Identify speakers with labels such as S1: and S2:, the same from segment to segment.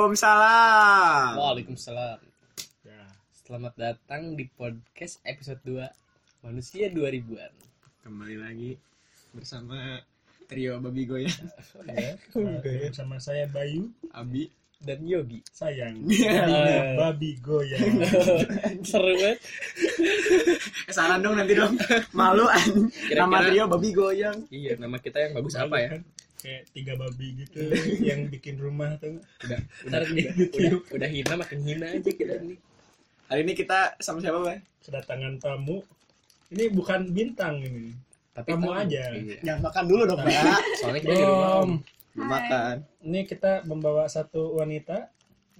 S1: Waalaikumsalam.
S2: Waalaikumsalam.
S1: Ya,
S2: Selamat datang di podcast episode 2 Manusia 2000-an.
S1: kembali lagi bersama trio babi goyang
S2: Ya.
S3: Sama saya Bayu,
S1: Abi.
S2: Dan Yogi.
S3: sayang.
S1: Iya.
S2: Eh.
S3: Babi goyang.
S2: Seru banget.
S1: Saran dong nanti dong. Malu an.
S2: Kira-kira-
S1: Nama trio babi goyang.
S2: Iya, nama kita yang bagus apa ya?
S3: Kan, Kayak tiga babi gitu yang bikin rumah tuh.
S2: Udah, udah, udah, udah, udah hina makin hina aja kita nih.
S1: Hari ini kita sama siapa, Bang?
S3: Kedatangan tamu. Ini bukan bintang ini.
S2: Tapi tahu.
S3: Kamu aja.
S2: Iya.
S1: Jangan Ya, makan dulu dong, Pak.
S2: Soalnya kita di rumah. Om.
S3: Belum.
S1: Makan.
S3: Ini kita membawa satu wanita.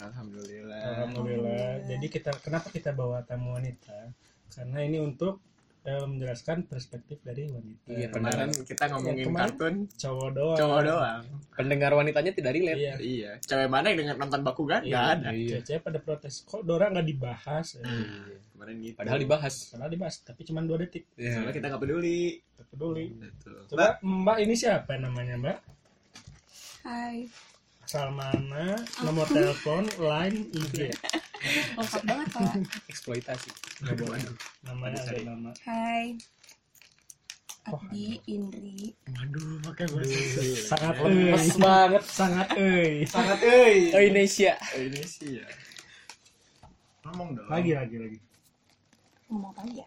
S1: Alhamdulillah.
S3: Alhamdulillah. Jadi kita kenapa kita bawa tamu wanita? Karena ini untuk eh, menjelaskan perspektif dari wanita.
S2: Iya,
S1: Kemarin kita ngomongin
S3: Yang kemarin?
S1: kartun
S3: Cowok doang.
S1: cowok doang.
S2: Pendengar wanitanya tidak relate. Iya.
S3: Iya.
S1: Iya, cewek mana yang dengan nonton Bakugan? Enggak ada.
S3: Cewek pada protes kok Dora nggak dibahas. Eh,
S1: Kemarin gitu.
S2: Padahal dibahas.
S3: Padahal dibahas, tapi cuma dua detik.
S2: Iya.
S1: Soalnya kita nggak peduli.
S3: Tak peduli.
S1: Betul.
S3: Coba Hmm. Mbak ini siapa namanya Mbak?
S4: Hai.
S3: Asal mana? Nomor telepon, line, IG. Oh,
S4: Lengkap banget, Pak.
S2: eksploitasi.
S3: Nggak boleh. Namanya
S2: Ada
S3: ada
S2: cari.
S3: nama.
S4: Hai.
S3: Oh,
S4: Abdi, Indri.
S1: Aduh, pakai bahasa.
S3: Sangat euy.
S2: banget.
S3: Sangat eh. euy.
S1: Sangat eh. euy.
S2: Iya. Oh, Indonesia.
S1: Ini sih ya. Ngomong dong.
S3: Lagi lagi lagi.
S4: Ngomong apa ya?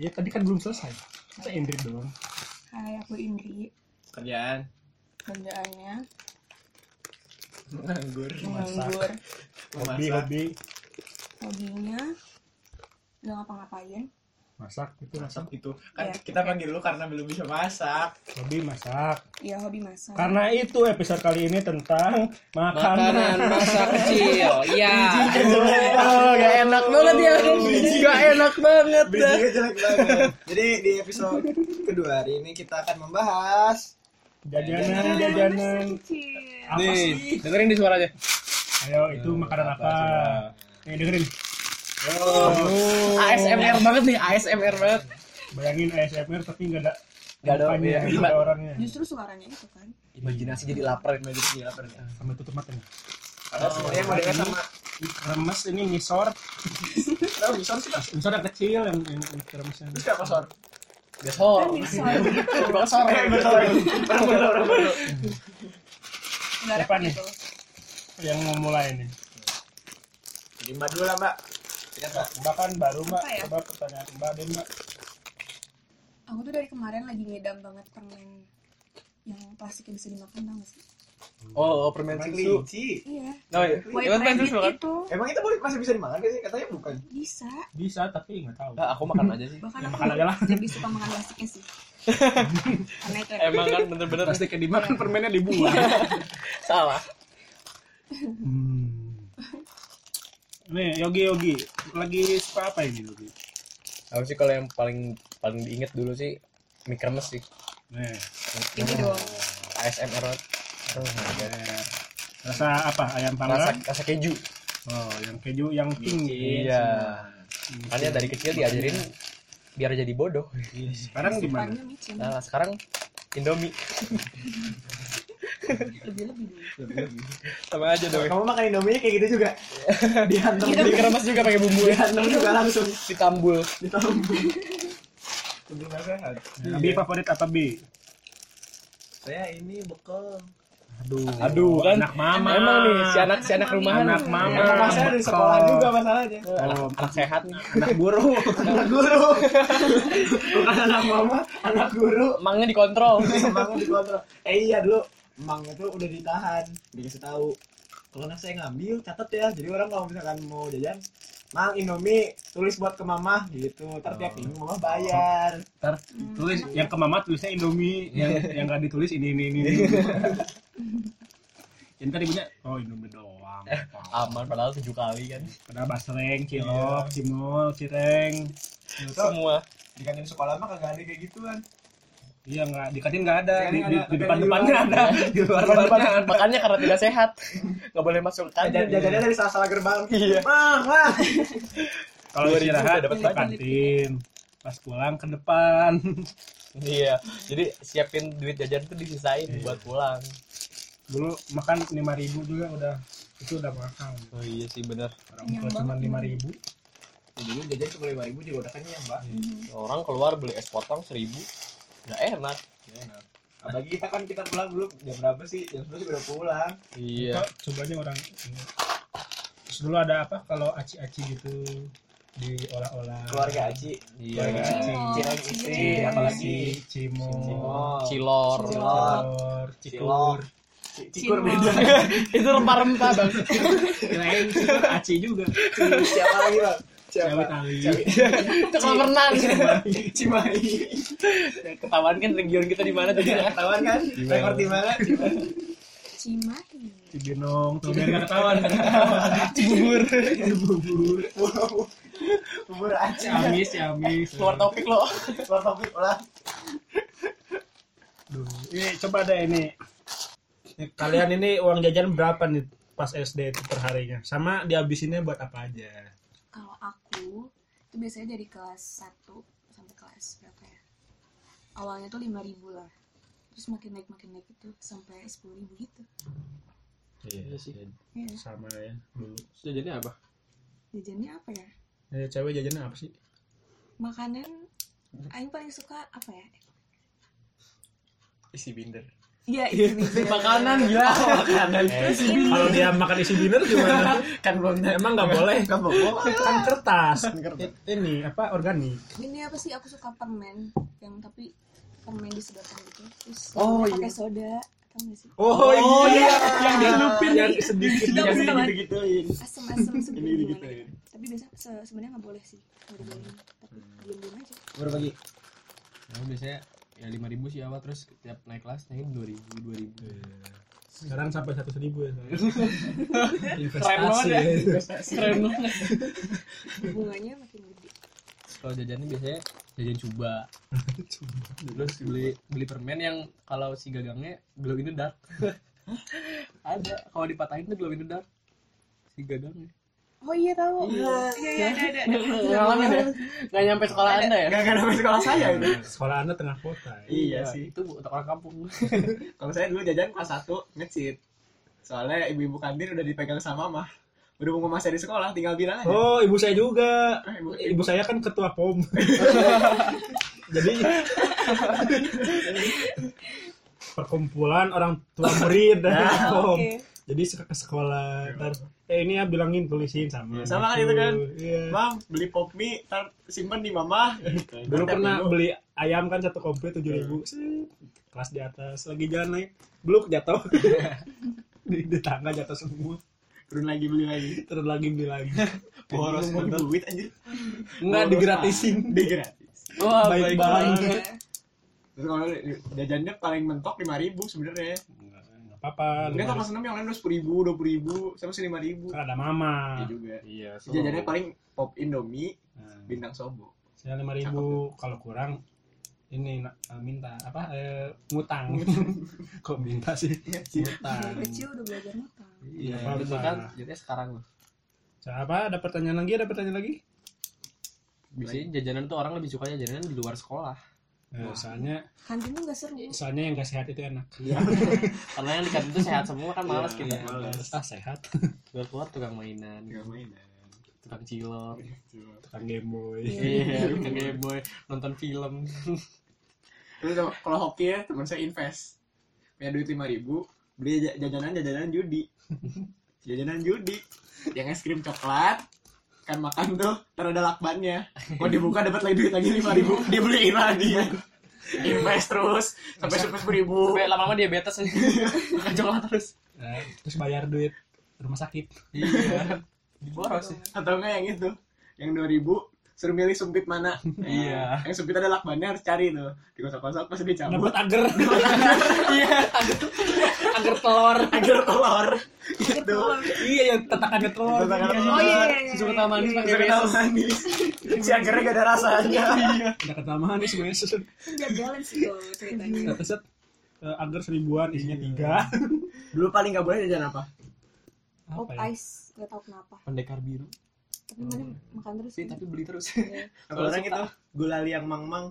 S3: Ya tadi kan belum selesai. Masa Indri doang.
S4: Hai, aku Indri.
S1: Kerjaan.
S4: Kerjaannya
S1: Nganggur.
S4: menganggur.
S3: Hobi
S1: Masak.
S3: hobi
S4: Hobinya nggak ngapa-ngapain.
S3: masak itu masak.
S1: Masak itu. Kan
S4: Iya.
S1: kita panggil lu karena belum bisa masak.
S3: Hobi masak.
S4: Ya, hobi masak.
S3: Karena itu episode kali ini tentang
S2: Makanan
S3: makanan.
S2: masa kecil. Iya.
S3: Oh, gak enak
S2: banget ya. Gak enak banget dah.
S1: Bijinya jelek banget. Jadi di episode kedua hari ini kita akan membahas
S3: Jajanan,
S4: Makanan
S3: jajanan.
S4: masa kecil.
S3: Apa sih?
S2: Nih, dengerin di suaranya.
S3: Ayo, itu makanan apa? Oh. Nih dengerin.
S1: oh,
S2: ASMR banget nih, ASMR banget.
S3: Bayangin ASMR tapi nggak ada
S2: Nggak ada
S3: mukanya,
S2: orang, iya.
S3: nggak ada orangnya.
S4: Justru suaranya itu kan.
S2: Imajinasi jadi lapar.
S1: imajinasi lapar ya.
S3: Sampai tutup matanya.
S1: Karena semuanya modelnya sama.
S3: Remes ini ngisor,
S1: Tahu misor sih Mas?
S3: ngisor yang kecil yang yang, yang remesnya.
S1: Terus kenapa sor?
S2: Besok.
S4: Kan misal gitu.
S2: Bang sore.
S4: Nggak
S3: Siapa
S4: repot
S3: nih?
S4: gitu.
S3: Yang mau mulai nih.
S1: Jadi mbak dulu lah mbak. Sikat, Mbak.
S3: Mbak kan baru Mbak,
S4: Apa ya?
S3: coba pertanyaan Mbak deh Mbak.
S4: Aku tuh dari kemarin lagi ngedam banget permen yang plastiknya bisa dimakan tau nggak sih?
S2: Oh, oh, permen susu.
S1: Emang kelinci.
S4: Iya.
S2: Oh iya.
S4: White
S2: Emang permen
S4: rabbit
S2: susu kan?
S4: itu
S1: Emang itu boleh masih bisa dimakan gak sih? Katanya bukan.
S4: bisa.
S3: Bisa tapi nggak tahu.
S2: Nggak, aku makan aja sih.
S4: Bahkan
S3: Ya,
S4: aku
S3: makan aja lah.
S4: lebih suka makan plastiknya sih. Karena itu enak.
S2: Emang kan bener-bener
S3: Pasti
S2: kan
S3: kedimakan permennya dibuang.
S2: salah.
S3: hmm. Nih, Yogi Yogi, lagi suka apa ini Yogi?
S2: Aku sih kalau yang paling paling diinget dulu sih Mikremes sih.
S3: Nih,
S4: Ini doang.
S2: ASMR banget. Aduh, nggak ada.
S3: rasa apa? Ayam
S2: Rasa,
S3: panggang?
S2: rasa keju.
S3: Oh, yang keju yang
S2: Iya.
S3: tinggi. Hmm.
S2: Makanya dari kecil diajarin biar jadi bodoh.
S3: Sekarang gimana?
S4: Depannya micin.
S2: Nah, sekarang Indomie
S4: Lebih-lebih dulu.
S2: sama aja dong.
S1: Kamu makan Indomie kayak gitu juga. Dihantam
S2: Di kremes juga pakai bumbu ya.
S1: dihantam juga langsung
S2: Ditambul.
S1: ditambung. Sebelum sehat.
S3: B favorit apa B?
S1: Saya ini bekal.
S3: Aduh,
S2: Aduh, kan?
S3: Anak mama.
S2: Emang nih si anak si anak
S4: Anak
S2: rumahan. ya?
S3: Anak mama.
S1: Mama Ya, saya dari sekolah
S3: Bekal.
S1: juga masalahnya.
S2: Anak, anak sehat nih.
S3: Anak guru.
S1: Anak guru. Bukan anak mama, anak guru.
S2: Emangnya dikontrol.
S1: Emangnya dikontrol. Eh iya dulu emangnya tuh udah ditahan, dikasih tahu. Kalau anak saya ngambil, catat ya. Jadi orang kalau misalkan mau jajan, Mang Indomie tulis buat ke mama gitu. Ntar tiap minggu mama bayar.
S3: Ntar tulis yang ke mama tulisnya Indomie, yang yang gak ditulis ini ini ini. ini. yang tadi punya oh Indomie doang.
S2: Aman padahal tujuh kali kan.
S3: Padahal basreng, cilok, cimol, cireng.
S1: Itu
S2: Semua.
S1: di kantin sekolah mah kagak ada kayak gituan.
S3: Iya nggak di kantin nggak ada,
S1: Di kantin
S3: di, di,
S1: nggak ada,
S3: di
S1: tapi
S3: depan
S1: di
S3: depannya
S1: luar.
S3: ada, di luar depannya ada.
S2: Makanya karena tidak sehat. Nggak boleh masuk
S1: Jajan
S2: kantin.
S1: jajannya dari salah-salah gerbang.
S2: Iya.
S1: Mang, mang.
S3: Kalau
S2: 2000
S3: istirahat
S2: udah dapat
S3: ke
S2: banyak.
S3: kantin, pas pulang ke depan.
S2: Iya. Jadi Iya. siapin duit jajan tuh disisain buat pulang.
S3: Dulu makan lima ribu juga udah itu udah mahal
S2: Oh iya sih benar.
S3: orang
S4: Kenyang
S3: tua cuma
S4: banget.
S3: lima ribu
S1: dulu jajan cuma lima ribu juga udah kenyang mbak
S4: Mhm.
S2: Orang keluar beli es potong seribu, nggak enak.
S1: apalagi nah. kita kan kita pulang dulu jam berapa sih jam sepuluh udah pulang
S2: Iya.
S3: Kok cobanya orang ini. terus dulu ada apa kalau aci-aci gitu diolah-olah
S1: keluarga Aci
S2: Iya.
S1: keluarga Aci
S4: Mhm.
S1: Cimol
S4: Cimol, Cimol.
S1: Istri apalagi
S3: Iya, cimol
S1: Cimol
S2: Cilor.
S1: Cilor.
S3: Cilor, cikur,
S1: C- Cikur
S4: Cimol.
S1: beda
S2: Itu rempah-rempah bang.
S3: kirain cikur aci juga,
S1: siapa lagi bang siapa
S3: cewek tali,
S2: Itu kolam renang.
S1: Cimahi
S2: Ketahuan kan region kita di mana tadi? ya?
S1: ketahuan kan rekor di mana Cimahi.
S4: Cimahi.
S3: cibinong, tuh biar nggak ketahuan,
S2: Cibubur.
S3: bubur,
S1: bubur bubur Aci
S3: ciamis, ciamis,
S2: Keluar topik lo.
S1: keluar topik ulah
S3: Duh, ini coba deh ini. Ini Kalian ini uang jajan berapa nih pas SD itu perharinya? Sama dihabisinnya buat apa aja?
S4: Kalau aku itu biasanya dari kelas 1 sampai kelas berapa ya? Awalnya tuh 5000 lah. Terus makin naik makin naik itu sampai 10000 gitu.
S2: Iya sih.
S4: Iya.
S3: Sama ya dulu.
S2: Jajannya apa?
S4: Jajannya apa ya?
S3: Eh, cewek jajannya apa sih?
S4: Makanan Aing paling suka apa ya?
S2: Isi binder.
S4: Iya, itu dia.
S2: Makanan ya. gila. makanan.
S3: Eh, kalau dia makan isi dinner gimana?
S2: Kan belum
S3: Emang nggak boleh
S1: kan bobok
S3: kan kertas.
S1: kertas.
S3: I- Ini apa organik?
S4: Ini apa sih aku suka permen yang tapi permen disedotan gitu. Terus
S1: Oh,
S4: pakai soda. Tahu nggak sih?
S3: Oh,
S1: iya.
S3: yang dilupin yang sedikit
S4: Iya,
S3: yang
S4: bener.
S3: gitu-gituin.
S4: Asem-asem
S1: Ini
S4: sebenarnya gimana
S1: digituin.
S4: gitu. Tapi biasa se- sebenarnya nggak boleh sih. Nggak dibolehin. Tapi diam-diam aja.
S1: berbagi
S2: biasanya ya lima ribu sih awal terus tiap naik kelas naikin dua ribu dua ribu
S3: Sekarang sampai satu ribu ya.
S2: keren banget
S3: Investasi.
S2: ya keren banget
S4: Bunganya makin gede.
S2: kalau jajannya biasanya jajan coba terus beli beli permen yang kalau si gagangnya glow in the dark ada kalau dipatahin tuh glow in the dark si gagangnya
S4: Oh iya tahu.
S2: Iya.
S4: Iya iya ada ada. ada.
S2: ngalamin
S4: Iya.
S2: ya nggak nyampe sekolah anda ya
S1: gak gak nama sekolah saya itu
S3: Sekolah Anda tengah kota. ya?
S1: Iya sih.
S2: itu untuk orang kampung
S1: kalau saya dulu jajan kelas satu ngecit soalnya ibu-ibu kantin udah dipegang sama mah berhubung mama saya di sekolah tinggal bilang aja
S3: Oh, ibu saya juga.
S1: Eh, ibu-
S3: Ibu saya kan ketua POM. Jadi perkumpulan orang tua murid
S4: Ah,
S3: nah, POM.
S4: Oke.
S3: Jadi suka ke sekolah. Ntar, eh ini ya bilangin tulisin sama.
S1: Iya, sama kan itu kan?
S3: Iya.
S1: Mam, beli pop mie, tar simpen di mama.
S3: Dulu
S1: ya,
S3: pernah beli ayam kan satu komplit tujuh ribu.
S1: Iya.
S3: Kelas di atas lagi jalan naik, bluk jatuh. di, di tangga jatuh semua.
S1: Turun lagi beli lagi.
S3: Terus lagi beli lagi.
S1: Boros banget duit anjir.
S2: nggak
S1: digratisin. Digratis.
S2: wah baik
S3: Baik banget.
S2: banget
S4: Iya.
S1: Terus kalau di- jajannya paling mentok 5 ribu sebenarnya.
S3: Papa,
S1: Enggak tau kelas 6 yang lain udah 10 ribu, 20 ribu, sama sih 5 ribu.
S3: Kan ada mama.
S1: Iya juga.
S2: iya so-
S1: Jajannya paling pop indomie,
S3: Nah.
S1: bintang sobo.
S3: Saya lima ribu kalau kurang ini na- eh, minta apa eh, ngutang kok minta sih
S4: Dari
S3: ngutang
S4: kecil udah belajar ngutang.
S2: iya
S3: Nggak
S2: itu
S3: apa-apa.
S2: kan jadinya sekarang loh
S3: siapa ada pertanyaan lagi ada pertanyaan lagi
S2: biasanya jajanan tuh orang lebih suka jajanan di luar sekolah
S3: Eh, soalnya
S4: Kantin tuh nggak seru.
S3: soalnya yang gak sehat itu enak
S1: Iya.
S2: karena yang di kantin tuh sehat semua kan males kita
S3: ah sehat
S2: keluar keluar tukang mainan
S1: Enggak mainan.
S2: tukang cilok
S1: Cuma-
S3: tukang game boy
S4: Iya.
S2: iya tukang Game boy nonton film
S1: Terus sama- kalau hoki ya, teman saya invest. Punya duit 5 ribu, beli ja- jajanan-jajanan judi. jajanan judi. Yang es krim coklat, kan makan tuh, ntar ada lakbannya. Kalau dibuka dapat lagi duit lagi 5 ribu, dia beliin lagi ya. Invest terus, sampai sampai ribu.
S2: Sampai lama-lama diabetes nih makan coklat terus
S3: Eh, terus bayar duit rumah sakit
S2: iya diboros ya.
S1: Atau enggak yang itu, yang 2 ribu, suruh milih sumpit mana. Nah,
S2: Iya.
S1: Yang sumpit ada lakbannya harus cari tuh. Digosok-gosok pas dicabut.
S3: dapat agar
S1: iya,
S2: angker telur
S1: agar telur. Gitu.
S3: iya yang tatakannya telur
S1: Tatakannya
S3: Iya,
S1: telur.
S4: Oh iya. iya, iya.
S2: susu kental manis pakai
S1: Agak
S2: besos
S1: manis. Si agarnya gak ada rasanya.
S3: udah kental manis mesus
S4: Nggak balance Kan sih kalau ceritanya.
S3: set eh, agar seribuan isinya tiga
S1: Dulu paling gak boleh jajan apa?
S4: Pop
S3: apa ya
S4: ice nggak tahu kenapa.
S2: pendekar biru
S4: Tapi mana makan terus. kan.
S2: sih Iya, tapi beli terus
S4: Iya.
S1: Kalau orang
S2: suka.
S1: itu gulali yang mang-mang.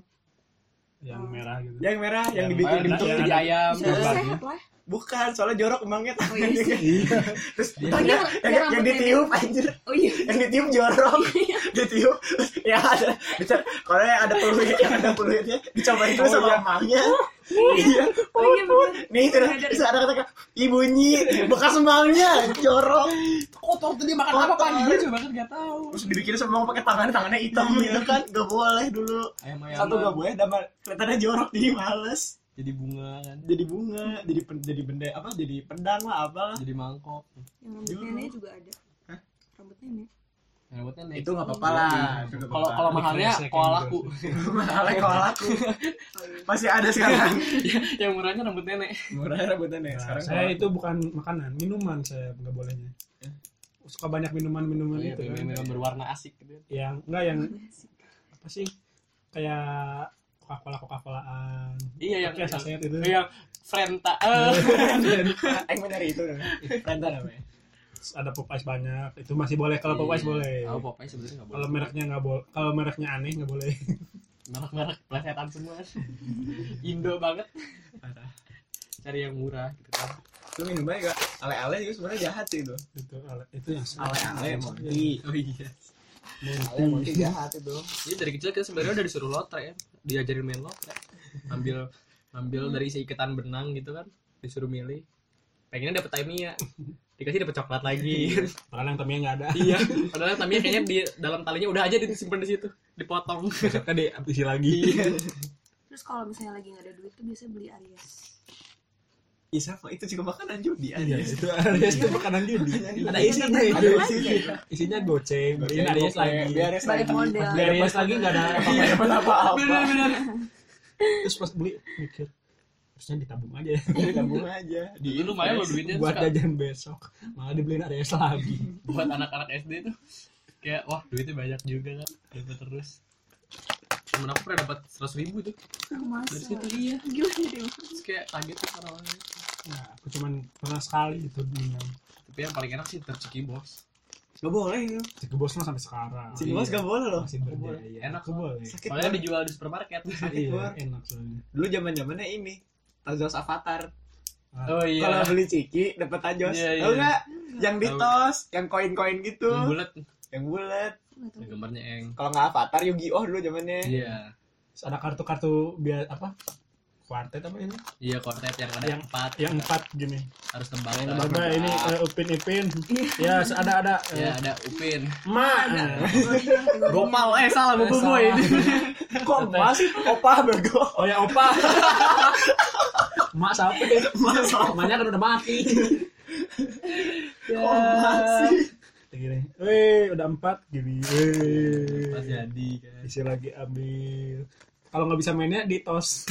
S3: yang merah gitu
S1: Ya, yang merah yang,
S3: Yang
S1: dibikin
S3: merah,
S1: bentuk
S3: yang
S1: jadi
S3: ada-
S2: ayam Iya.
S4: Bisa
S1: Bang.
S4: sehat lah.
S1: bukan soalnya jorok emangnya
S4: Oh iya sih.
S1: terus
S2: Iya.
S1: tanya yang,
S4: Iya, iya,
S1: yang
S4: rambutnya
S1: ditiup anjir
S4: Oh iya.
S1: yang ditiup jorok ditiup ya ada bisa kalau yang ada peluit yang ada peluitnya dicobain dulu
S3: Oh,
S1: sama
S3: iya.
S1: mamanya iya
S4: Oh iya bener.
S1: nih terus
S4: Ada-
S1: terus ada kata ibu bunyi bekas semangnya jorok
S2: kotor tuh dia Oh, makan
S1: Kotor.
S2: apa Iya, pan dia juga banget gak kan tahu
S1: terus dibikin semang pakai tangan tangannya hitam gitu kan gak boleh dulu
S2: ayam ayam
S1: satu gak boleh damar kelihatannya jorok jadi males
S2: jadi bunga kan
S1: jadi bunga jadi pen, jadi benda apa jadi pedang lah apalah
S2: jadi mangkok
S4: Yang rambut
S1: Dulu.
S2: Iya.
S4: nenek juga ada.
S1: Hah?
S4: Rambut nenek.
S2: yang Iya, buatnya nih
S1: itu nggak apa-apa lah Itu nggak
S2: kalau
S1: apa-apa.
S2: kalau mahalnya
S3: Dikresek,
S2: kalau
S3: yang
S2: laku
S1: mahalnya kalau laku
S4: Oh iya.
S1: masih ada sekarang
S2: yang murahnya rambut nenek
S1: murahnya rebutan ya
S3: Nah,
S1: sekarang
S3: saya
S1: kalau-
S3: itu bukan makanan minuman saya nggak bolehnya suka banyak minuman minuman
S2: Iya,
S3: itu kan.
S2: minuman berwarna asik gitu
S3: yang enggak yang
S4: Asik.
S3: apa sih kayak coca cola coca colaan
S2: iya yang
S3: kayak saset itu Iya.
S2: yang frenta eh
S1: Aing mau nyari itu Renta namanya
S3: Terus ada Popeyes banyak itu masih boleh kalau Popeyes
S2: Iya.
S3: boleh
S2: oh pokoknya sebenarnya nggak boleh
S3: kalau mereknya nggak boleh kalau mereknya aneh nggak boleh
S2: merek-merek plesetan semua Indo banget
S1: Parah.
S2: cari yang murah gitu kan
S1: Lu minumnya juga Ale-ale juga sebenarnya jahat sih itu
S3: itu Gitu, ale- itu yang
S1: Ale-ale Monty
S3: Monty.
S2: oh iya
S1: Ale Monty jahat itu
S2: jadi dari kecil kita sebenarnya udah disuruh lotre ya diajarin main lotre ambil ambil dari seiketan benang gitu kan disuruh milih pengennya dapet Tamiya dikasih dapet coklat lagi
S3: padahal yang temennya nggak ada
S2: iya padahal Tamiya kayaknya di dalam talinya udah aja disimpan di situ dipotong
S3: besoknya di isi lagi
S4: Terus kalau misalnya lagi nggak ada duit tuh biasanya beli Aries.
S1: Isa kok Iya, itu juga makanan judi
S3: Iya,
S1: aja
S3: itu Aries itu makanan judi.
S1: Ada
S3: Itu
S1: isinya,
S3: tuh,
S1: ada
S3: isinya. Isinya goceng, beliin Aries lagi.
S1: Biar Aries
S4: Balik
S1: lagi
S4: modal.
S3: Beli Aries lagi enggak ada apa-apa.
S1: Biar apa-apa
S2: bener-bener
S3: Terus pas beli mikir, harusnya ditabung aja ya
S1: Gabung aja
S2: Dulu lumayan lo duitnya
S3: buat
S2: suka
S3: jajan besok. Malah dibeliin Aries lagi.
S2: buat anak-anak SD tuh kayak wah duitnya banyak juga kan dapat terus temen aku pernah dapat seratus ribu tuh
S4: Masa.
S2: dari situ iya
S4: Gila jadi
S2: terus kayak kaget tuh orang
S3: Nah, aku cuman pernah sekali gitu itu dengan
S2: tapi yang paling enak sih terceki bos
S1: Gak boleh itu
S3: Cik Bos mah sampai sekarang. Iya,
S1: Si Bos gak boleh loh
S3: masih berdaya.
S2: Enak.
S3: Aku boleh.
S1: Sakit
S2: soalnya
S1: banget
S2: dijual di supermarket
S3: Iya,
S1: Bor.
S3: enak soalnya.
S1: Iya. Dulu zaman zamannya ini Tajos Avatar
S3: Nah,
S2: oh iya
S1: Kalau beli ciki dapat tajos
S2: Iya,
S1: Tau
S2: iya.
S1: gak? Yang
S2: Tahu.
S1: ditos Yang koin-koin gitu
S2: yang bulat
S1: Yang bulat
S4: Nggak tahu.
S2: yang gambarnya eng
S1: Kalau gak Avatar Yu-Gi-Oh dulu zamannya
S2: iya
S3: Terus ada kartu-kartu biar apa? Kuartet apa ini?
S2: iya kortet yang ada
S3: Yang-
S2: empat
S3: Yang empat gini.
S2: harus tebak
S1: Yang
S2: kan?
S1: tebak.
S3: Coba ini eh, Upin Ipin. Ya,
S1: Iya.
S3: ada ada
S2: ya ada upin
S3: Ma.
S2: gopal eh salah
S3: Eh,
S2: bobo boy
S3: salah.
S1: Kok masih Opa bego
S3: Oh ya opa. Mak siapa deh?
S1: Mas
S3: Mamanya kan udah mati. Ya.
S1: Kok masih
S3: Gini. Weh, udah empat gini. Weh.
S2: pas jadi kan
S3: Isi lagi ambil. Kalau nggak bisa mainnya di tos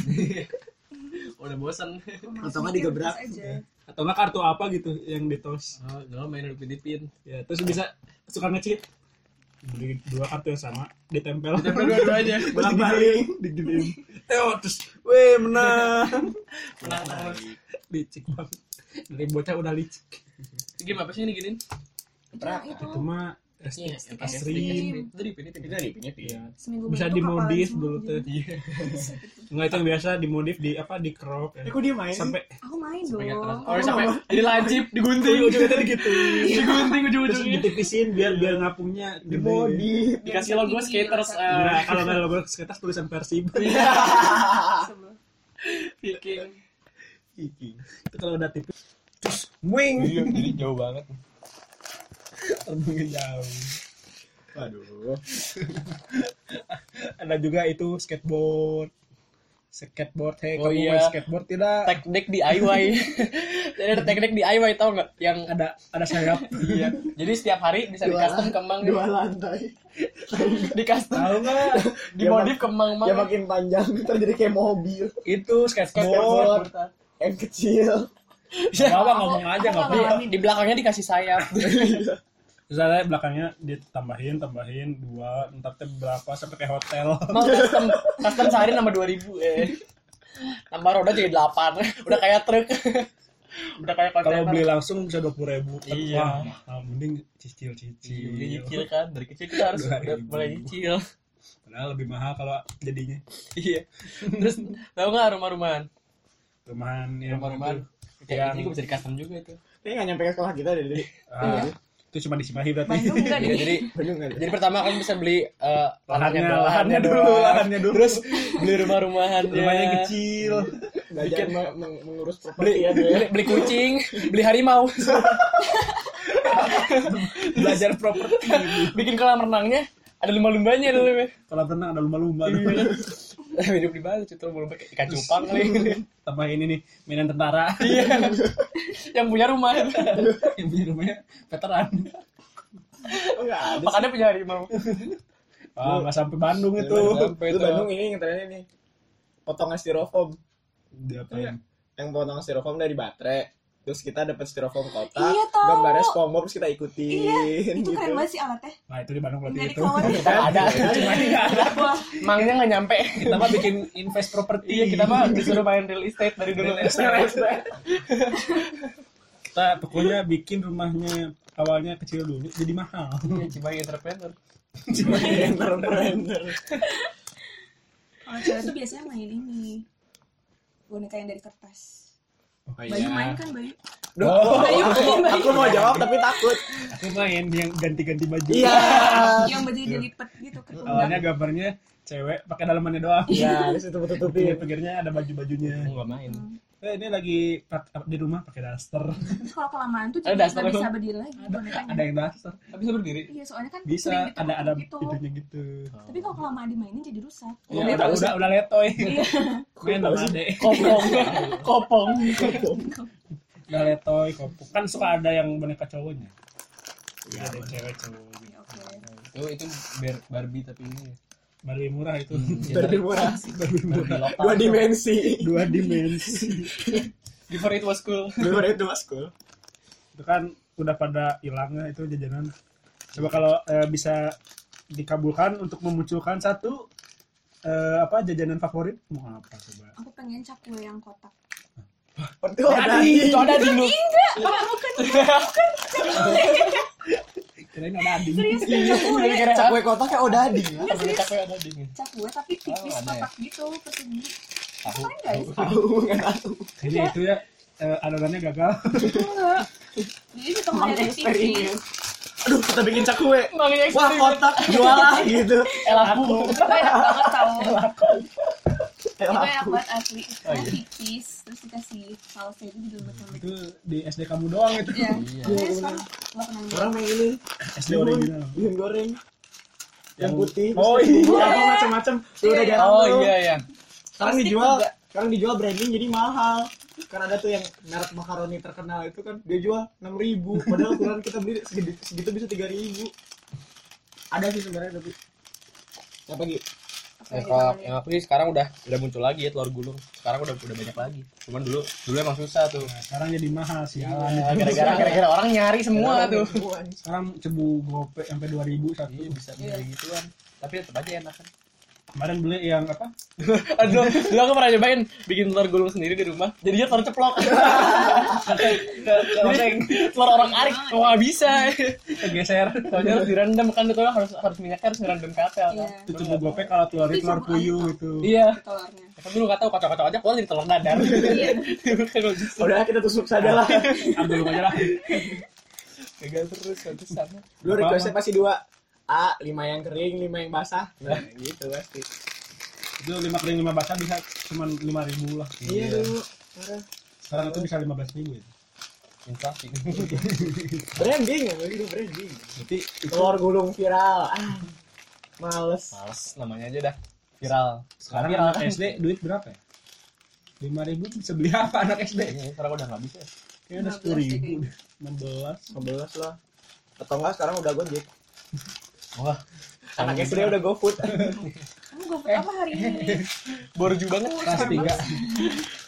S2: udah bosan
S1: Atau nggak digebrak.
S3: atau nggak kartu apa gitu yang di tos.
S2: oh, nggak main upin ipin
S3: Ya, terus bisa suka ngecit. Beli dua kartu yang sama, ditempel.
S2: kita dua-duanya
S1: Bolak balik
S3: Diginiin. Eh, terus, weh menang.
S2: Nah, terus.
S3: licik banget. Dari bocah udah licik.
S2: Ini game apa sih ini giniin?
S1: Prak.
S4: itu
S3: Itu mah SD,
S2: Iya,
S4: pas
S3: stream.
S2: Itu dari Pini
S1: Itu dari pinit ya
S3: Iya.
S4: seminggu
S3: bisa
S4: berikut kapalan
S3: dimodif
S4: semua
S3: dulu
S4: jadi.
S3: tuh
S2: Iya.
S3: nggak itu yang biasa dimodif di apa di crop ya.
S1: Eh kok dia main sih?
S3: sampai
S4: aku main dong
S2: Sampai nggak terasa.
S1: Oh,
S2: Oh, sampai
S1: oh.
S2: jadi lancip, digunting,
S3: ujung-ujungnya tadi gitu
S2: digunting
S3: terus
S2: ujung-ujungnya.
S3: ditipisin biar biar ngapungnya
S1: Di modif
S2: Dikasih logo
S4: Biar
S2: skaters
S4: jadi
S2: eh,
S3: nah kalau nggak logo sekitar tulisan persib
S4: Sebelum.
S2: Viking.
S3: itu kalau udah tipis
S1: Wing Jadi jauh banget
S3: terbangnya jauh
S1: Aduh
S3: ada juga itu skateboard skateboard hei
S2: Oh,
S3: kamu
S2: iya.
S3: main skateboard tidak
S2: Teknik DIY. jadi ada teknik DIY tau nggak? Yang
S3: ada ada sayap
S2: iya. Jadi setiap hari bisa di
S1: Dua.
S2: custom kembang
S1: Dua lantai
S2: di custom
S3: tahu nggak
S2: di modif kembang mana?
S1: Ya makin panjang Ntar jadi kayak mobil
S3: itu skateboard
S1: Skateboard
S2: Iya.
S1: Yang kecil
S3: nggak apa ngomong aja nggak apa
S2: Di belakangnya dikasih sayap.
S3: terus ada belakangnya ditambahin tambahin dua entar teh berapa sampai kayak hotel
S2: Mau custom, custom sehari nambah 2000 eh. Nambah roda jadi 8. Udah kayak truk. Udah kayak
S3: kalau
S2: kontainer.
S3: beli langsung bisa dua puluh ribu ah,
S2: Iya.
S3: mending
S2: Iya, udah
S3: cicil cicil
S2: nyicil kan dari kecil kita harus
S3: Dua
S2: udah
S3: ribu.
S2: mulai nyicil
S3: Padahal lebih mahal kalau jadinya
S2: iya terus tau nggak rumah-rumahan
S3: rumahan yang
S2: rumah-rumahan kayak
S3: Yang-
S2: ini juga bisa Iya. di custom juga itu
S1: Ini nggak nyampe ke sekolah kita deh, jadi
S3: Ah, itu cuma di Cimahi berarti.
S4: Bandung
S2: Iya,
S4: enggak nih?
S2: jadi
S1: bener nggak
S2: jadi pertama kamu bisa beli eh,
S3: Lahannya,
S2: doang,
S3: lahannya dulu,
S2: doang.
S3: lahannya dulu.
S2: terus beli rumah-rumahan
S3: Rumahnya kecil.
S1: Nggak jangan meng- meng- mengurus
S2: beli,
S1: properti ya
S2: beli
S1: dia.
S2: beli kucing beli harimau
S3: Belajar properti.
S2: bikin kolam renangnya ada lumba-lumbanya dulu ya
S3: Kolam renang ada lumba-lumba.
S2: Iya. hidup di Bali itu lumba-lumba kayak ikan cupang kali
S3: Tambah ini nih, mainan tentara.
S2: iya yang punya rumah
S3: yang punya rumahnya veteran.
S1: Oh, nggak ada.
S2: makanya punya harimau
S3: Ah, nggak sampai Bandung itu.
S2: sampai
S1: Itu
S2: itu.
S1: Bandung ini ngetrennya nih. Potongan styrofoam.
S3: Diapain?
S1: Yang potongan styrofoam dari baterai. Terus kita dapat styrofoam kotak,
S4: Iya, tahu.
S1: gambarnya SpongeBob terus kita ikutin
S4: Iya,
S1: gitu.
S4: itu keren banget sih alatnya.
S3: Nah, itu di Bandung berarti
S4: Dari
S3: itu.
S4: kawan
S2: kita nggak ada
S4: Wah,
S2: mangnya nggak nyampe
S3: Kita mah bikin invest properti.
S2: iya kita mah disuruh main real estate dari dulu
S3: Kita pokoknya bikin rumahnya awalnya kecil dulu jadi mahal.
S2: Iya, Cimahi entrepreneur
S1: Cuma entrepreneur.
S4: kalau cewek tuh biasanya main ini. Boneka yang dari kertas.
S1: Oh,
S3: Iya.
S4: Bayu main kan Bayu.
S1: Duh,
S4: Bayu
S1: aku,
S4: main Bayu.
S1: aku mau jawab tapi takut.
S3: Aku main yang ganti-ganti baju.
S1: Iya.
S4: Yang bajunya dilipet gitu kertas.
S3: Awalnya gambarnya cewek pakai dalamannya doang.
S1: Iya, terus itu tutupin.
S3: Tapi pikirnya ada baju-bajunya.
S2: nggak main
S3: Eh, ini lagi pak- di rumah pakai daster.
S4: Terus kalau kelamaan tuh
S2: Ada
S4: jadi nggak
S2: dasar
S4: bisa
S2: emang.
S4: berdiri lagi bonekanya.
S3: ada yang daster.
S2: tapi bisa berdiri
S4: Iya, soalnya kan
S3: Bisa
S4: sering
S3: ada ada
S4: gitu.
S3: itunya gitu.
S4: Tapi kalau kelamaan dimainin jadi rusak.
S3: Ya,
S2: Iya,
S3: udah,
S2: tahu sih.
S3: udah udah letoy.
S4: Iya.
S3: Main sama adek.
S2: kopong kopong
S3: Udah letoy kopuk. Kan suka ada yang boneka cowoknya. Iya, ada yang cewek cowok. gitu.
S4: Iya, Oke.
S2: itu Oh, itu Bar- Barbie tapi ini ya.
S3: Baru yang murah itu.
S2: Iya.
S1: Berdemurasi.
S3: Baru yang murah.
S1: Dua dimensi.
S3: Hmm. Dua dimensi.
S2: before it was cool
S1: Dua itu maskul.
S3: itu kan udah pada hilangnya itu jajanan. Coba kalau eh, bisa dikabulkan untuk memunculkan satu eh, apa jajanan favorit mau apa coba?
S4: Aku pengen cakwe yang kotak. Iya.
S1: Pertu tadi.
S2: ada dulu
S4: Enggak, bukan.
S3: Kirain ada ading.
S4: Serius
S2: Iya,
S4: cakwe.
S1: Cakwe kotak kayak udah di.
S2: Cakwe ada dingin.
S4: Cakwe tapi tipis
S2: Oh, ada ya?
S4: kotak gitu persegi. ya? Aku main guys.
S1: Tahu nggak tahu.
S3: Ini itu ya eh, adonannya gagal.
S4: Enggak. Jadi di tengahnya ada
S1: eksperimen.
S4: tipis.
S1: Aduh, kita bikin cakwe.
S2: Makanya
S1: Wah, kotak jual lah gitu.
S2: elaku.
S4: Itu enak banget tau.
S1: Eh,
S4: Itu
S1: lah.
S4: enak banget asli.
S2: Oh,
S4: Karena
S2: iya.
S4: tipis terus dikasih sausnya itu di dalam
S3: itu di SD kamu doang itu.
S4: Iya.
S2: Iya.
S4: Terus kan nggak pernah main.
S1: Orang main ini
S3: SD original.
S1: bihun goreng. Yang
S3: Yang-
S1: putih.
S3: Oh
S1: iya,
S3: iya.
S1: macam-macam. Lu udah jarang
S2: Oh
S1: tuh.
S2: iya iya.
S1: Sekarang dijual, sekarang dijual branding jadi mahal. Kan ada tuh yang merek makaroni terkenal itu kan dia jual 6000 padahal ukuran kita beli segitu, segitu bisa 3000. Ada sih sebenarnya tapi apa gitu?
S4: Apa
S2: Ya,
S4: yang
S2: kalau
S4: dimainin?
S2: yang aku sih sekarang udah udah muncul lagi ya telur gulung. Sekarang udah udah banyak lagi. Cuman dulu dulu emang susah tuh.
S3: Nah, sekarang jadi mahal sih.
S2: Ya, Gara-gara gara-gara orang nyari semua tuh.
S1: Semua.
S3: Sekarang cebu gope sampai 2000 satu.
S2: Iya bisa bisa gituan. Tapi tetap aja enak kan.
S3: Kemarin beli yang apa?
S2: Aduh, dulu aku pernah nyobain bikin telur gulung sendiri di rumah. Jadinya telur ceplok. Jadi, telur orang arik Oh, nggak bisa.
S3: Kegeser.
S2: Soalnya harus direndam kan itu harus harus minyaknya harus direndam ke atel kan.
S4: Iya.
S3: Itu cebu gope kalau telur
S4: Itu
S3: telur
S4: cebu
S3: puyuh gitu.
S2: Iya.
S4: Telurnya.
S2: Kan dulu nggak tahu kocok-kocok aja keluar jadi telur dadar.
S4: Iya.
S2: Kan nggak bisa.
S1: Udah kita tusuk saja lah.
S3: Ambil aja lah.
S2: Gagal terus satu sana.
S1: Lu requestnya pasti dua A, lima yang kering, lima yang basah Nah gitu pasti
S3: itu lima kering lima basah bisa cuma lima ribu lah
S1: Iya dulu Parah.
S3: sekarang itu bisa lima belas ribu ya
S2: Inflasi.
S1: Branding ya, itu branding
S3: berarti itu
S1: Telur gulung viral ah, Males
S2: Males namanya aja dah. Viral.
S3: sekarang
S2: viral
S3: anak SD duit berapa ya lima ribu bisa beli apa anak SD
S2: Iya, sekarang udah nggak bisa. ya.
S3: kayaknya udah sepuluh ribu enam belas
S1: 15 lah Atau enggak sekarang udah gojek
S2: Wah.
S1: Anak SD udah gofood
S4: Kamu gopet apa hari ini?
S2: borju banget.
S3: kelas tiga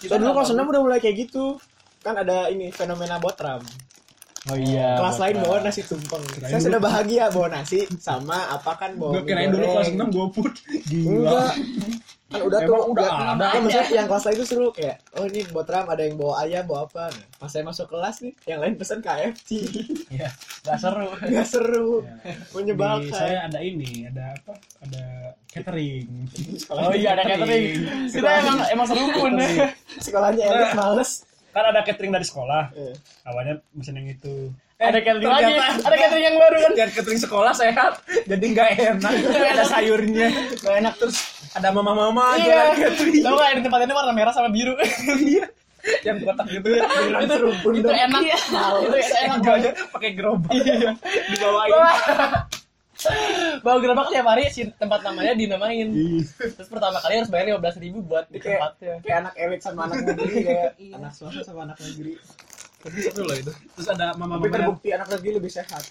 S1: Kita dulu kelas 6 udah mulai kayak gitu Kan ada ini fenomena botram
S2: Oh iya.
S1: kelas lain
S2: bakar.
S1: bawa nasi tumpeng
S3: Kirain
S1: saya
S3: dulu.
S1: sudah bahagia bawa nasi sama apa kan bawa
S3: Gue
S1: mie
S3: kirain dulu
S1: goreng.
S3: kelas 6 gue put.
S1: enggak
S3: Gila.
S1: kan udah tuh
S3: Emang udah ada.
S1: Kan maksudnya yang kelas lain tuh seru kayak oh ini buat ram ada yang bawa ayam bawa apa Nah, pas saya masuk kelas nih yang lain pesen KFC
S2: Iya. Gak seru.
S1: nggak seru
S3: Iya. Di
S1: menyebalkan
S3: saya ada ini, ada apa? Ada catering.
S2: Oh iya ada catering. Kita emang emang serukun ya.
S1: sekolahnya elit males
S3: Kan ada catering dari sekolah.
S1: Eh,
S3: Awalnya mesin yang itu.
S2: Ada catering lagi. Ada catering yang baru kan.
S5: Jangan catering sekolah sehat, jadi nggak enak. ada sayurnya, nggak enak terus ada mama-mama jualan
S2: Iya.
S5: catering
S2: Tahu nggak di tempat ini warna merah sama biru.
S5: yang kotak gitu
S2: Iya,
S1: beneran serupun
S2: Itu
S1: dong.
S2: enak. Iya. Itu enak banget.
S5: jualnya pakai gerobak
S2: Iya.
S5: dibawain.
S2: Wah. Bawa gerobak tiap hari si tempat namanya dinamain. Terus pertama kali harus bayar 15.000 ribu buat di
S1: Ini kayak-
S2: tempatnya.
S1: kayak anak elit sama anak negeri kayak
S4: Iya.
S1: anak swasta sama anak negeri
S2: Itu loh itu.
S5: Terus ada mama-mama
S1: tapi
S5: yang
S1: terbukti anak negeri lebih sehat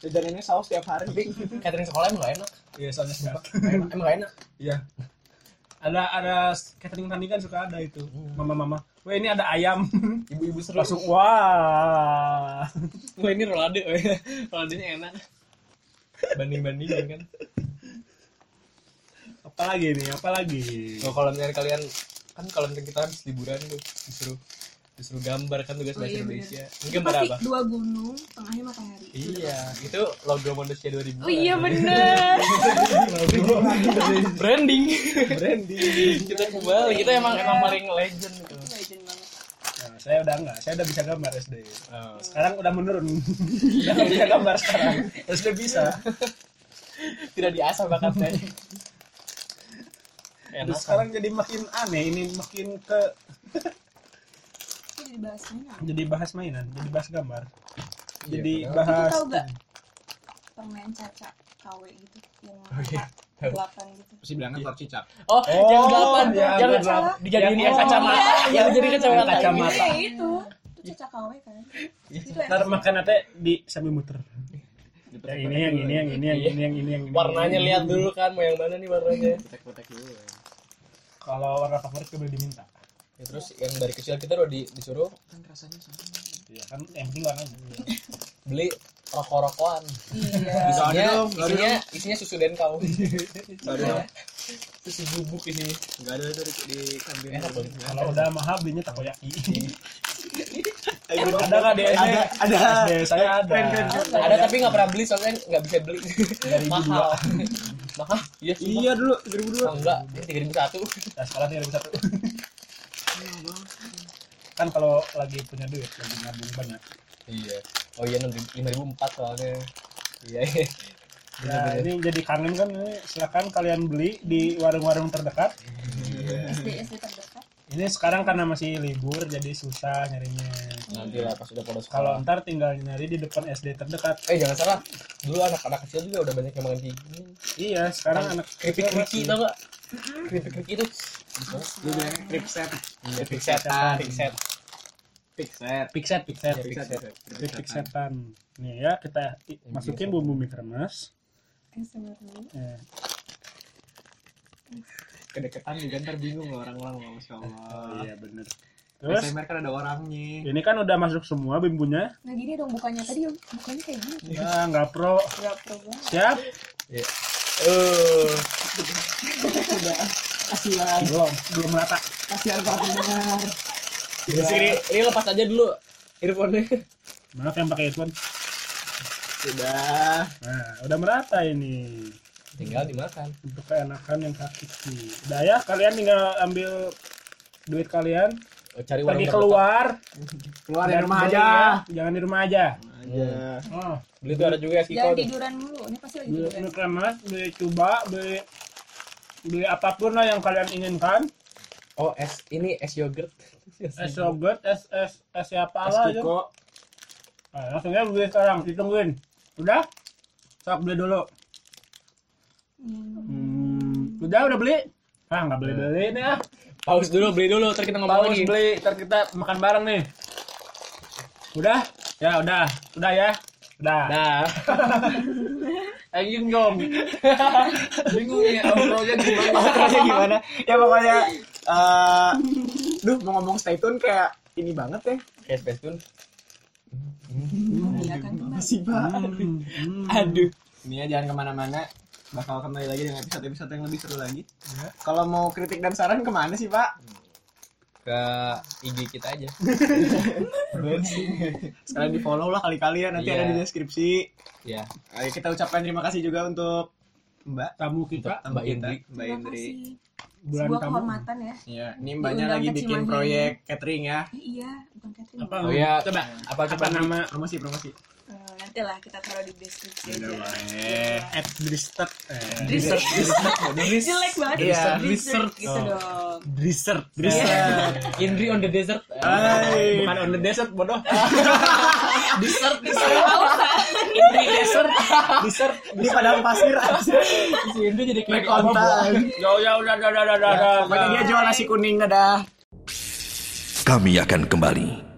S1: jajanannya saus tiap hari
S2: Catering sekolah emang gak enak.
S5: Iya, soalnya sehat.
S2: Emang, emang gak enak.
S5: Iya. Ada ada catering
S3: kan
S5: tandingan suka ada itu. Mama-mama. Wah, ini ada ayam.
S2: Ibu-ibu seru.
S5: Langsung wah.
S2: Wah ini rolade, roladenya enak. Banding bandingin kan.
S3: Apalagi nih, apalagi.
S2: Oh, kalau misalnya kalian kan kalau misalnya kita habis liburan tuh disuruh disuruh gambar kan tugas
S4: Oh,
S2: bahasa
S4: iya,
S2: Indonesia. Ini
S4: Itu
S2: gambar
S4: pasti
S2: apa?
S4: dua gunung, tengahnya matahari. Itu
S2: Iya, itu logo Manusia 2000.
S4: Oh iya bener. Iya,
S3: Nah,
S2: branding. branding. kita Iya. kembali, kita emang emang paling legend gitu.
S4: Itu legend banget.
S3: Nah, saya udah enggak, saya udah bisa gambar SD.
S2: Oh.
S3: Sekarang udah menurun. udah nggak bisa gambar sekarang. SD bisa.
S2: Tidak diasah bakatnya.
S3: Terus
S2: Enak. Sekarang
S3: sekarang jadi makin aneh, ini makin ke
S4: Itu jadi bahasanya apa?
S3: jadi bahas mainan, jadi bahas gambar.
S2: Iya,
S3: Jadi
S2: padahal-
S4: Itu
S3: bahas
S4: tau gak? Permen caca KW gitu. Yang
S2: Tahu.
S4: delapan gitu.
S5: Terus bilangnya telur cicak.
S2: oh, yang delapan,
S3: yang
S2: yang
S3: gelap.
S2: dijadiin
S3: Yang-
S2: yang kacamata, yang jadi kacamata.
S3: Yang kacamata.
S4: Iya itu. Itu caca KW kan. Itu
S3: ntar
S4: enak.
S3: makan nanti di sambil muter. Ya, ini yang ini yang ini yang ini yang ini yang ini.
S2: Warnanya lihat dulu kan mau yang mana nih warnanya.
S5: Petek-petek dulu.
S1: Iya.
S5: ya.
S3: Kalau warna favorit boleh diminta.
S2: Ya, terus yang dari kecil kita udah di- disuruh
S5: Kan rasanya sama.
S3: Iya kan yang penting warnanya.
S2: beli rokok-rokokan.
S4: Iya.
S5: Bisa aja
S2: Isinya,
S5: dong, nggak ada
S2: isinya, isinya susu dan kau.
S5: Nggak ada dong.
S2: susu bubuk ini.
S5: Nggak ada itu di- di kantin.
S2: Enak banget.
S5: Nggak ada.
S3: Kalau udah mahal belinya takoyaki.
S1: Ayo,
S3: ada nggak di SD?
S1: Iya. ada ada
S3: SD saya ada.
S2: Ada tapi nggak pernah beli soalnya nggak bisa beli.
S3: Dari
S2: Mahal. Mahal? Iya. sumpah.
S1: iya dulu 2002
S2: Oh, enggak, ini tiga ribu satu.
S3: Nah, sekarang tinggal satu. kan kalau lagi punya duit, lagi nabung banyak.
S2: Iya. Oh iya enam lima ribu empat soalnya. Iya.
S3: Ya,
S2: Bener-bener.
S3: ini jadi kangen kan ini silakan kalian beli di warung-warung terdekat.
S4: SD SD terdekat.
S3: Ini sekarang karena masih libur jadi susah nyarinya.
S2: Nanti lah pas udah pada sekolah.
S3: Kalau ntar tinggal nyari di depan SD terdekat.
S2: Eh jangan salah, dulu anak-anak kecil juga udah banyak yang makan kayak gini.
S3: Iya, sekarang anak
S2: Keripik keriki tau gak? Keripik keriki itu.
S5: Lu bilangnya kripset.
S2: Iya,
S5: Keripik setan.
S2: Pixet.
S5: Pixet.
S3: Pixet, Iya,
S2: Keripik
S3: pixet,
S5: Pixet.
S2: setan.
S3: pixet setan. Nih ya kita i- masukin bumbu mie kremes.
S4: SMA dulu.
S3: Eh,
S5: Kedeketan juga ntar bingung loh orang-orang loh, Masya Ya Allah.
S3: oh iya bener. Terus
S5: SMR kan ada
S1: Iya.
S5: orangnya.
S3: ini kan udah masuk semua bumbunya.
S4: Nah gini dong bukannya tadi bukannya kayak gini.
S3: Ya nggak pro.
S4: Gak pro banget.
S3: Siap?
S2: Iya. Eh,
S1: kasihan
S3: Belum, belum rata.
S1: kasihan para pendengar
S2: ya. ini lepas aja dulu earphone-nya.
S3: Maaf yang pakai headphone.
S1: sudah
S3: Nah, udah merata ini.
S2: Tinggal dimakan.
S3: Untuk keenakan yang hakiki. Udah ya, kalian tinggal ambil duit kalian
S2: Oh, Cari warung
S3: pergi
S2: terdekat.
S3: keluar
S1: keluar
S3: dan
S1: dari rumah
S3: beli
S1: aja
S3: ya. jangan di rumah aja
S1: aja
S3: oh
S2: Beli tuh ada juga ya, Kiko
S4: Jangan
S2: tuh.
S4: tiduran mulu. Ini pasti lagi
S3: beli
S4: tiduran.
S3: mie kremes beli coba beli beli apapun lah yang kalian inginkan
S2: Oh, es ini es yogurt.
S3: es yogurt es es es siapa
S1: pas
S3: lah itu
S1: Kiko
S3: nah, langsung aja beli sekarang ditungguin udah sok beli dulu
S4: Hmm.
S3: hmm. udah udah beli ah nggak beli beli nih ah
S2: Pause dulu, beli dulu, ntar kita ngomong
S3: Paus
S2: lagi.
S3: beli ntar kita makan bareng nih udah ya udah udah ya udah
S2: Dah.
S3: anjing dong
S5: Bingung ya, outro-nya gimana?
S1: Outro-nya gimana? Ya pokoknya eh duh mau ngomong stay tune kayak ini banget ya.
S2: Kayak Space Tune.
S4: Tidak akan kembali.
S1: Masih banget.
S5: Aduh.
S1: Ini ya jangan kemana-mana. Bakal kembali lagi dengan episode-episode yang lebih seru lagi. Kalau mau kritik dan saran kemana sih Pak?
S6: ke IG kita aja
S1: Sekalian di follow lah kali-kali ya. Nanti
S6: Iya.
S1: ada di deskripsi.
S6: ya
S2: Iya,
S1: Ayo kita ucapkan terima kasih juga untuk Mbak.
S3: Tamu kita
S1: Mbak,
S6: Mbak
S1: kita,
S6: Indri.
S1: Mbak
S4: Terima
S1: Indri.
S4: kasih.
S3: bulan
S4: Sebuah
S3: tamu.
S4: kehormatan ya.
S1: Iya, ini Mbaknya
S4: Diundang
S1: lagi
S4: ke
S1: bikin
S4: Cimahi.
S1: proyek catering ya.
S4: Eh, iya, bukan Catherine.
S3: Apa?
S6: oh ya
S3: Coba.
S6: apa coba
S3: Apa nama?
S1: Promosi, promosi.
S4: Eh, nanti lah kita taruh di deskripsi aja.
S1: Eh,
S3: At Dristet. Eh,
S4: Dristet. Jelek banget.
S1: Iya,
S4: Dristet gitu dong.
S3: Dristet. Dristet.
S6: Indri on the desert
S1: Hai.
S5: Bukan on the desert bodoh.
S6: desert
S5: Desert.
S1: Di padang pasir aja.
S5: Si Indri jadi kayak
S1: Kontan.
S5: Ya ya udah
S2: Ya,
S5: udah udah udah. udah.
S1: Pokoknya dia jual nasi kuning dadah.
S7: Kami akan kembali